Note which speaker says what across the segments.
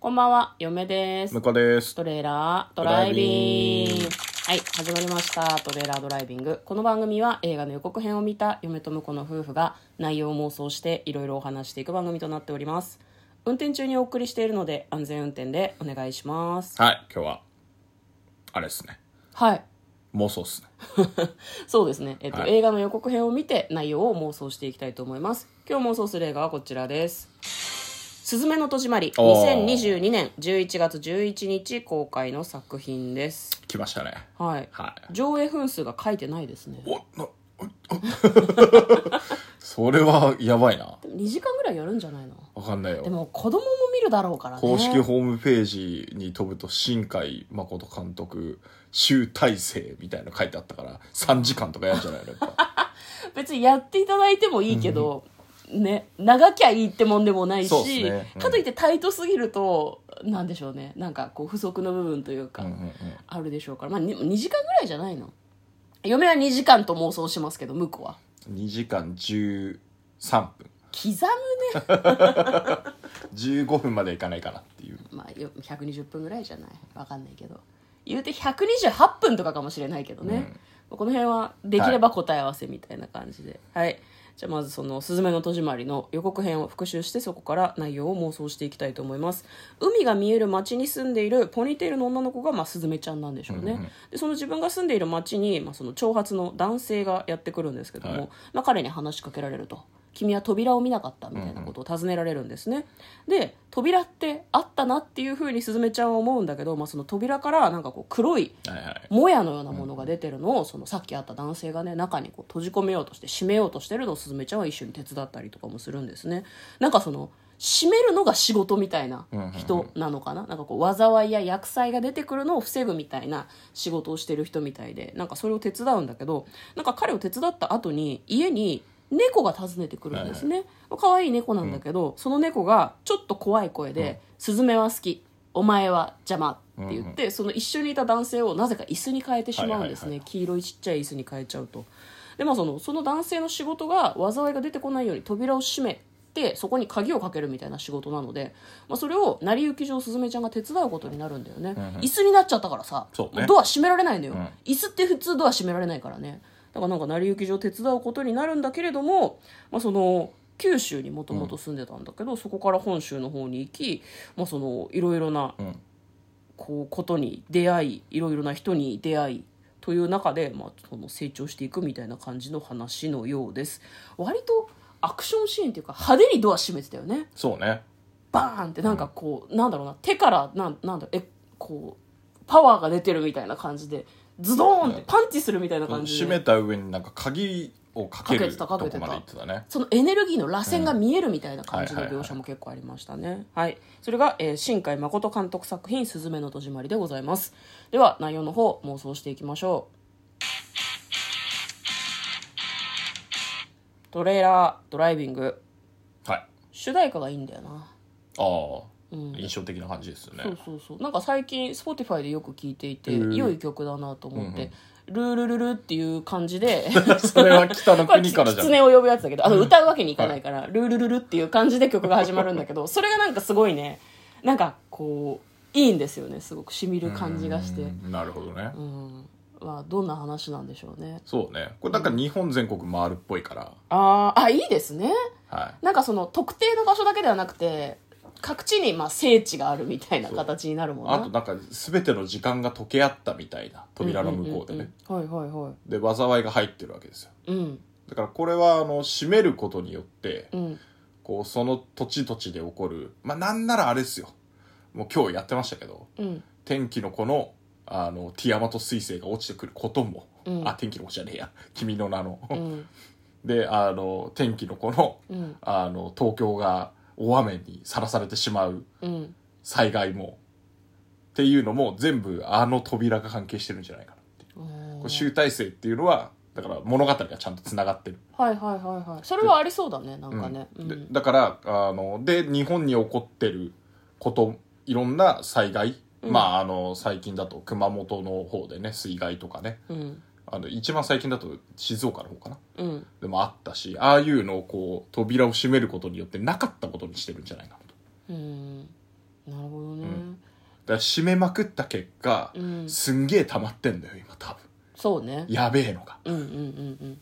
Speaker 1: こんばんは、嫁です
Speaker 2: 向。こうです。
Speaker 1: トレーラードライビング
Speaker 2: ドライビング。
Speaker 1: はい、始まりました。トレーラードライビング。この番組は映画の予告編を見た嫁と婿の夫婦が内容を妄想していろいろお話していく番組となっております。運転中にお送りしているので安全運転でお願いします。
Speaker 2: はい、今日は、あれですね。
Speaker 1: はい。
Speaker 2: 妄想っすね。
Speaker 1: そうですね。えっと、
Speaker 2: はい
Speaker 1: 映画の予告編を見て内容を妄想していきたいと思います。今日妄想する映画はこちらです。すずめの戸締まり
Speaker 2: おー
Speaker 1: 2022年11月11日公開の作品です。
Speaker 2: 来ましたね。
Speaker 1: はい。
Speaker 2: はい。
Speaker 1: 上映分数が書いてないですね。
Speaker 2: おな、おおそれは、やばいな。
Speaker 1: でも2時間ぐらいやるんじゃないの
Speaker 2: わかんない
Speaker 1: で
Speaker 2: よ。
Speaker 1: も子供も見るだろうからね。
Speaker 2: 公式ホームページに飛ぶと、新海誠監督、集大成みたいなの書いてあったから、3時間とかやるんじゃないのやっぱ
Speaker 1: 別にやっていただいてもいいけど、ね、長きゃいいってもんでもない
Speaker 2: そうっす
Speaker 1: し、
Speaker 2: ねうん
Speaker 1: かといってタイトすぎると、なんでしょうね。なんかこう不足の部分というか、
Speaker 2: うんうんうん。
Speaker 1: あるでしょうから。まあ 2, 時間ぐらいじゃないの嫁は2時間と妄想しますけど、向こうは。
Speaker 2: 2時間13分。
Speaker 1: 刻むね。
Speaker 2: 15分までいかないかなっていう。
Speaker 1: まあよ120分ぐらいじゃないわかんないけど。言うて128分とかかもしれないけどね。この辺はできれば答え合わせみたいな感じで。はい。じゃあまずその「すずめの戸締まり」の予告編を復習してそこから内容を妄想していきたいと思います海が見える町に住んでいるポニーテールの女の子が、まあ、すずめちゃんなんでしょうね、でその自分が住んでいる町に、まあ、その長髪の男性がやってくるんですけども、
Speaker 2: はい
Speaker 1: まあ、彼に話しかけられると「君は扉を見なかった」みたいなことを尋ねられるんですね、で扉ってあったなっていうふうにすずめちゃんは思うんだけど、まあ、その扉からなんかこう黒い
Speaker 2: はいはい。
Speaker 1: もやのようなものが出てるのを、そのさっきあった男性がね中にこう閉じ込めようとして閉めようとしてるのをすずめちゃんは一緒に手伝ったりとかもするんですねなんかその閉めるのが仕事みたいな人なのかな,、なんかこう災いや厄災が出てくるのを防ぐみたいな仕事をしてる人みたいでなんかそれを手伝うんだけどなんか彼を手伝った後に家に猫が訪ねてくるんですね、可愛い猫なんだけど、その猫がちょっと怖い声で「スズメは好きお前は邪魔」って言って、その一緒にいた男性をなぜか椅子に変えてしまうんですね、
Speaker 2: はいはいはい
Speaker 1: 黄色いちっちゃい椅子に変えちゃうとでまあそのその男性の仕事が災いが出てこないように扉を閉めてそこに鍵をかけるみたいな仕事なので、まあ、それを成り行き上すずめちゃんが手伝うことになるんだよね、椅子になっちゃったからさ
Speaker 2: そうね
Speaker 1: ドア閉められないのよ、
Speaker 2: ん
Speaker 1: 椅子って普通ドア閉められないからねだからなんか成り行き上手伝うことになるんだけれども、まあ、その九州にもともと住んでたんだけど、そこから本州の方に行き、まあ、そのいろいろな
Speaker 2: うん。
Speaker 1: こうことに出会いいろいろな人に出会いという中で、まあ、その成長していくみたいな感じの話のようです割とアクションシーンっていうか派手にドア閉めてたよね
Speaker 2: そうね。
Speaker 1: バーンってなんかこう、なんだろうな手からなんなんだろうえこうパワーが出てるみたいな感じでズドーンってパンチするみたいな感じで、
Speaker 2: 閉めた上になんか鍵をかけ
Speaker 1: かけ
Speaker 2: る
Speaker 1: てた
Speaker 2: とこ
Speaker 1: か
Speaker 2: ま
Speaker 1: け
Speaker 2: で
Speaker 1: てた
Speaker 2: 行ってたね。
Speaker 1: そのエネルギーの螺旋が見えるみたいな感じの
Speaker 2: うんはい
Speaker 1: 描
Speaker 2: はいはい
Speaker 1: 写も結構ありましたね。はい。それが、えー新海誠監督作品、すずめの戸締まりでございます。では、内容の方、妄想していきましょう。トレーラー、ドライビング。
Speaker 2: はい。
Speaker 1: 主題歌がいいんだよな。
Speaker 2: ああ、印象的な感じですよね
Speaker 1: そうそうそうなんか最近 Spotify でよく聴いていて、
Speaker 2: うん
Speaker 1: 良い曲だなと思って、ルールルルっていう感じ で
Speaker 2: それは北の
Speaker 1: これ
Speaker 2: 国
Speaker 1: き
Speaker 2: からじゃん
Speaker 1: 狐を呼ぶやつだけどあの歌うわけにいかないから、ルールルルっていう感じで曲が始まるんだけどそれがなんかすごいねなんかこういいんですよねすごくしみる感じがして
Speaker 2: う
Speaker 1: うん
Speaker 2: なるほどね、
Speaker 1: んまあどんな話なんでしょうね
Speaker 2: そうねこれなんか日本全国回るっぽいから
Speaker 1: あーあいいですね
Speaker 2: は
Speaker 1: なんかその特定の場所だけではなくて各地にまあ聖地があるみたいな
Speaker 2: そう
Speaker 1: 形になる
Speaker 2: い
Speaker 1: もんな
Speaker 2: あとなんか全ての時間が溶け合ったみたいな扉の向こうでね、
Speaker 1: うんうんうんはいはいは
Speaker 2: で災いが入ってるわけですよ
Speaker 1: いうん
Speaker 2: だからこれはあの閉めることによって、
Speaker 1: うん
Speaker 2: こうその土地土地で起こるまあなんならあれですよもう今日やってましたけど
Speaker 1: うん
Speaker 2: 天気の子のあのティアマト彗星が落ちてくることも、
Speaker 1: うん
Speaker 2: あ天気の子じゃねえや君の名の、
Speaker 1: うん
Speaker 2: であの天気の子の
Speaker 1: うん
Speaker 2: あの東京が大雨にさらされてしまう
Speaker 1: うん
Speaker 2: 災害もっていうのも全部あの扉が関係してるんじゃないかなっていうこれ集大成っていうのはだから物語がちゃんとつながってる、
Speaker 1: はいはいはいはいそれはありそうだねなん
Speaker 2: うん
Speaker 1: かねうん
Speaker 2: でだからあので日本に起こってることいろんな災害、
Speaker 1: うん
Speaker 2: まああの最近だと熊本の方でね水害とかね
Speaker 1: うん
Speaker 2: あの一番最近だと静岡の方かな
Speaker 1: うん
Speaker 2: でもあったしああいうのをこう扉を閉めることによってなかったことにしてるんじゃないか
Speaker 1: う
Speaker 2: なと
Speaker 1: んなるほどね
Speaker 2: から締めまくった結果、
Speaker 1: うん
Speaker 2: すんげえ溜まってんだよ今多分
Speaker 1: そうね
Speaker 2: やべえのが
Speaker 1: うんうんうんうん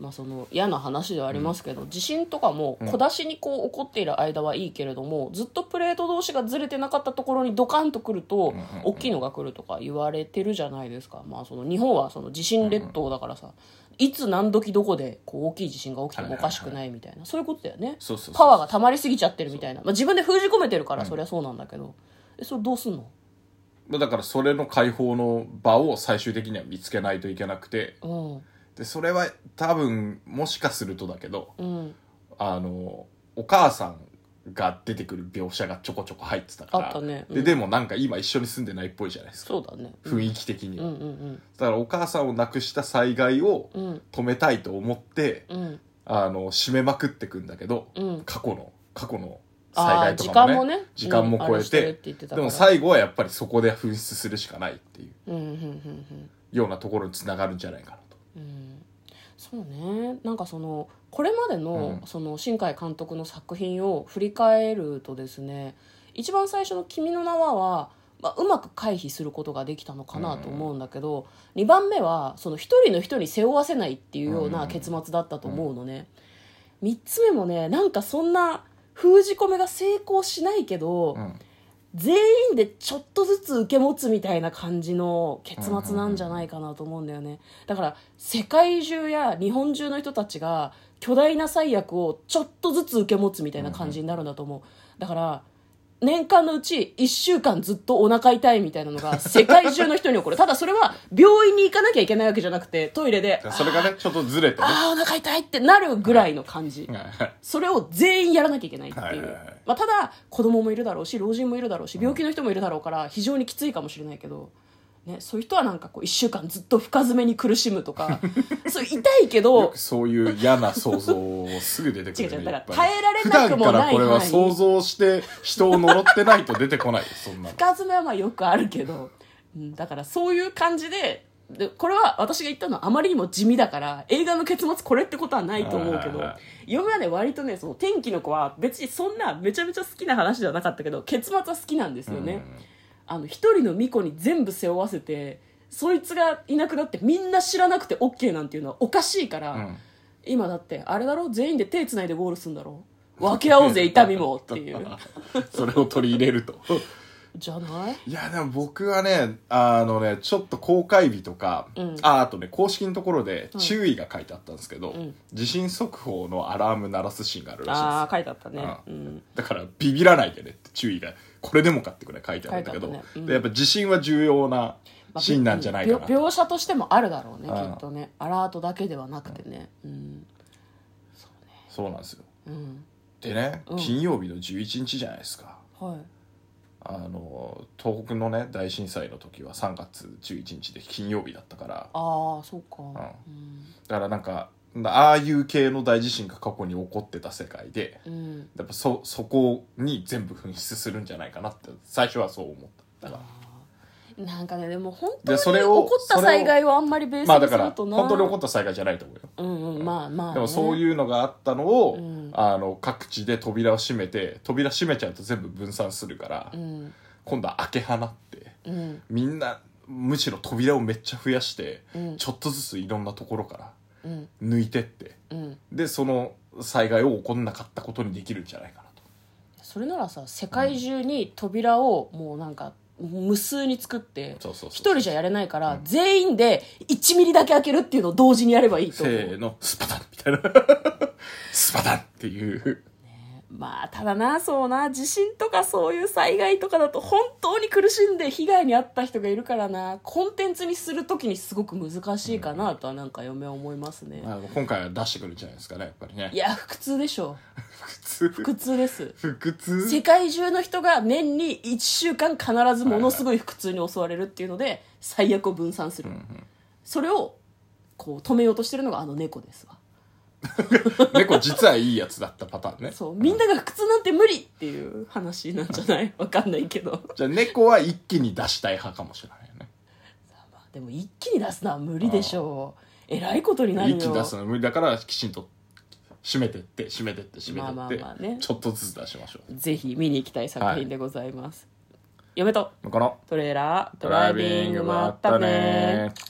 Speaker 1: まあその嫌な話ではありますけど、地震とかも小出しにこう起こっている間はいいけれども、ずっとプレート同士がずれてなかったところにドカンと来ると、大きいのが来るとか言われてるじゃないですか、まあ、その日本はその地震列島だからさ、いつ何時どこでこう大きい地震が起きてもおかしくないみたいな、そういうことだよね
Speaker 2: そうそうそう
Speaker 1: パワーが溜まりすぎちゃってるみたいな、まあ、自分で封じ込めてるからそりゃそうなんだけど、えそれどうすんの
Speaker 2: まあだからそれの解放の場を最終的には見つけないといけなくて
Speaker 1: う
Speaker 2: でそれは多分もしかするとだけど
Speaker 1: んうん
Speaker 2: あのお母さんが出てくる描写がちょこちょこ入ってたから
Speaker 1: あったねうん
Speaker 2: ででもなんか今一緒に住んでないっぽいじゃないですか
Speaker 1: そうだね
Speaker 2: 雰囲気的には、
Speaker 1: うんうん
Speaker 2: だからお母さんを亡くした災害を
Speaker 1: うんうん
Speaker 2: 止めたいと思って、
Speaker 1: うん
Speaker 2: あの締めまくってくんだけど、
Speaker 1: うん
Speaker 2: 過去の過去の
Speaker 1: あ
Speaker 2: 災害
Speaker 1: あ
Speaker 2: と
Speaker 1: 時
Speaker 2: か
Speaker 1: 間
Speaker 2: も
Speaker 1: も
Speaker 2: ね
Speaker 1: ね
Speaker 2: 時間も超え,、
Speaker 1: うんあれしてるってて言ってた
Speaker 2: で
Speaker 1: から
Speaker 2: も最後はやっぱりそこで紛失するしかないっていう
Speaker 1: うんうんうん
Speaker 2: ようなところにつながるんじゃないかなと。
Speaker 1: うんうんそうねなんかそのこれまでの,、
Speaker 2: うん
Speaker 1: その新海監督の作品を振り返るとですね一番最初の「君の名は」は、まあ、うまく回避することができたのかなと思うんだけど、2番目はその一人の人に背負わせないっていうような結末だったと思うのね、3つ目もねなんかそんな封じ込めが成功しないけど、
Speaker 2: うん
Speaker 1: 全員でちょっとずつ受け持つみたいな感じの結末なんじゃないかなと思うんだよねだから世界中や日本中の人たちが巨大な災悪をちょっとずつ受け持つみたいな感じになるんだと思うだから年間のうち1週間ずっとお腹痛いみたいなのが世界中の人に起こるただそれは病院に行かなきゃいけないわけじゃなくてトイレで
Speaker 2: だからそれがねちょっとずれてね。
Speaker 1: ああお腹痛いってなるぐらいの感じ
Speaker 2: はいはい
Speaker 1: それを全員やらなきゃいけないっていう、
Speaker 2: はいはいはい
Speaker 1: まあ、ただ子供もいるだろうし老人もいるだろうし病気の人もいるだろうから非常にきついかもしれないけど、ね、そういう人はなんかこう1週間ずっと深爪に苦しむと かそう痛いけ
Speaker 2: よ
Speaker 1: ど
Speaker 2: くそういう嫌な想像をすぐ出てく
Speaker 1: 違
Speaker 2: る、
Speaker 1: う違うだから
Speaker 2: やっぱり
Speaker 1: 耐えられなくもない
Speaker 2: 普段からこれは
Speaker 1: 範囲
Speaker 2: 想像して人を呪ってないと出てこないですそんな の
Speaker 1: 深爪はまあよくあるけど、うん、だからそういう感じででこれは私が言ったのはあまりにも地味だから映画の結末これってことはないと思うけど
Speaker 2: はいはいはい
Speaker 1: 嫁はね割とねその天気の子は別にそんなめちゃめちゃ好きな話じゃなかったけど結末は好きなんですよね。あの一人の巫女に全部背負わせてそいつがいなくなってみんな知らなくて OK なんていうのはおかしいから、
Speaker 2: うんうん
Speaker 1: 今だってあれだろ全員で手つないでゴールするんだろ分け合おうぜ痛みもっていう
Speaker 2: それを取り入れると
Speaker 1: じゃない
Speaker 2: いやでも僕はねあのねちょっと公開日とか、
Speaker 1: うん
Speaker 2: ああとね公式のところで
Speaker 1: ん
Speaker 2: 注意が書いてあったんですけど、
Speaker 1: ん
Speaker 2: 地震速報のアラーム鳴らすシーンがあるらしいです
Speaker 1: ああ書いてあったね
Speaker 2: あ
Speaker 1: うん
Speaker 2: だからビビらないでねって注意がこれでもかってくらい書いてあるんだけど、
Speaker 1: 書いてあったねうん
Speaker 2: でやっぱ地震は重要な
Speaker 1: まあ
Speaker 2: シーンなんじゃないかな
Speaker 1: びょ描写としてもあるだろうねき
Speaker 2: うん
Speaker 1: っとねアラートだけではなくてねうん
Speaker 2: そうなんですよ
Speaker 1: うん
Speaker 2: でね、
Speaker 1: うん
Speaker 2: 金曜日の11日じゃないですか
Speaker 1: はい
Speaker 2: あの東北のね大震災の時は3月11日で金曜日だったから
Speaker 1: ああそうかうん
Speaker 2: だからなんかああいう系の大地震が過去に起こってた世界で
Speaker 1: うん
Speaker 2: やっぱそそこに全部紛失するんじゃないかなって最初はそう思っただから
Speaker 1: なんかねでも本当
Speaker 2: で
Speaker 1: に
Speaker 2: それ
Speaker 1: 起
Speaker 2: を
Speaker 1: こった災害はあんまりベース
Speaker 2: まあだ
Speaker 1: に
Speaker 2: か
Speaker 1: す
Speaker 2: ら
Speaker 1: るとな
Speaker 2: 本当に起こった災害じゃないと思うよ
Speaker 1: うんうんまあまあ、ね、
Speaker 2: でもそういうのがあったのを、
Speaker 1: うん
Speaker 2: あの各地で扉を閉めて扉閉めちゃうと全部分散するから、
Speaker 1: うん
Speaker 2: 今度は開け放って
Speaker 1: うん
Speaker 2: みんなむしろ扉をめっちゃ増やして、
Speaker 1: うん
Speaker 2: ちょっとずついろんなところから
Speaker 1: うん
Speaker 2: 抜いてって
Speaker 1: うん
Speaker 2: でその災害を起こんなかったことにできるんじゃないかなと
Speaker 1: それならさ世界中に扉をもうなんか無数に作って
Speaker 2: そうそうそう
Speaker 1: 一人じゃやれないから、全員で1ミリだけ開けるっていうのを同時にやればいいと
Speaker 2: せ
Speaker 1: 思う
Speaker 2: ーのスパタンみたいな スパタンっていう
Speaker 1: まあただなそうな地震とかそういう災害とかだと本当に苦しんで被害に遭った人がいるからなコンテンツにするときにすごく難しいかなとはなんか嫁は思いますね、
Speaker 2: あの今回は出してくるんじゃないですかねやっぱりね
Speaker 1: いや腹痛でしょ
Speaker 2: 腹痛
Speaker 1: 腹痛です
Speaker 2: 腹痛
Speaker 1: 世界中の人が年に1週間必ずものすごい腹痛に襲われるっていうので最悪を分散する、それをこう止めようとしてるのがあの猫ですわ
Speaker 2: 猫実はいいやつだったパターンね
Speaker 1: そうみんなが腹痛なんて無理っていう話なんじゃないわかんないけど
Speaker 2: じゃあ猫は一気に出したい派かもしれないよね
Speaker 1: まあでも一気に出すのは無理でしょうえらいことになるよ
Speaker 2: 一気に出すのは無理だからきちんと締めてって締めてって締めてって、
Speaker 1: まあまあまあね
Speaker 2: ちょっとずつ出しましょう
Speaker 1: ぜひ見に行きたい作品でございます、嫁と
Speaker 2: 向こうの
Speaker 1: トレーラードライビングまったね
Speaker 2: ー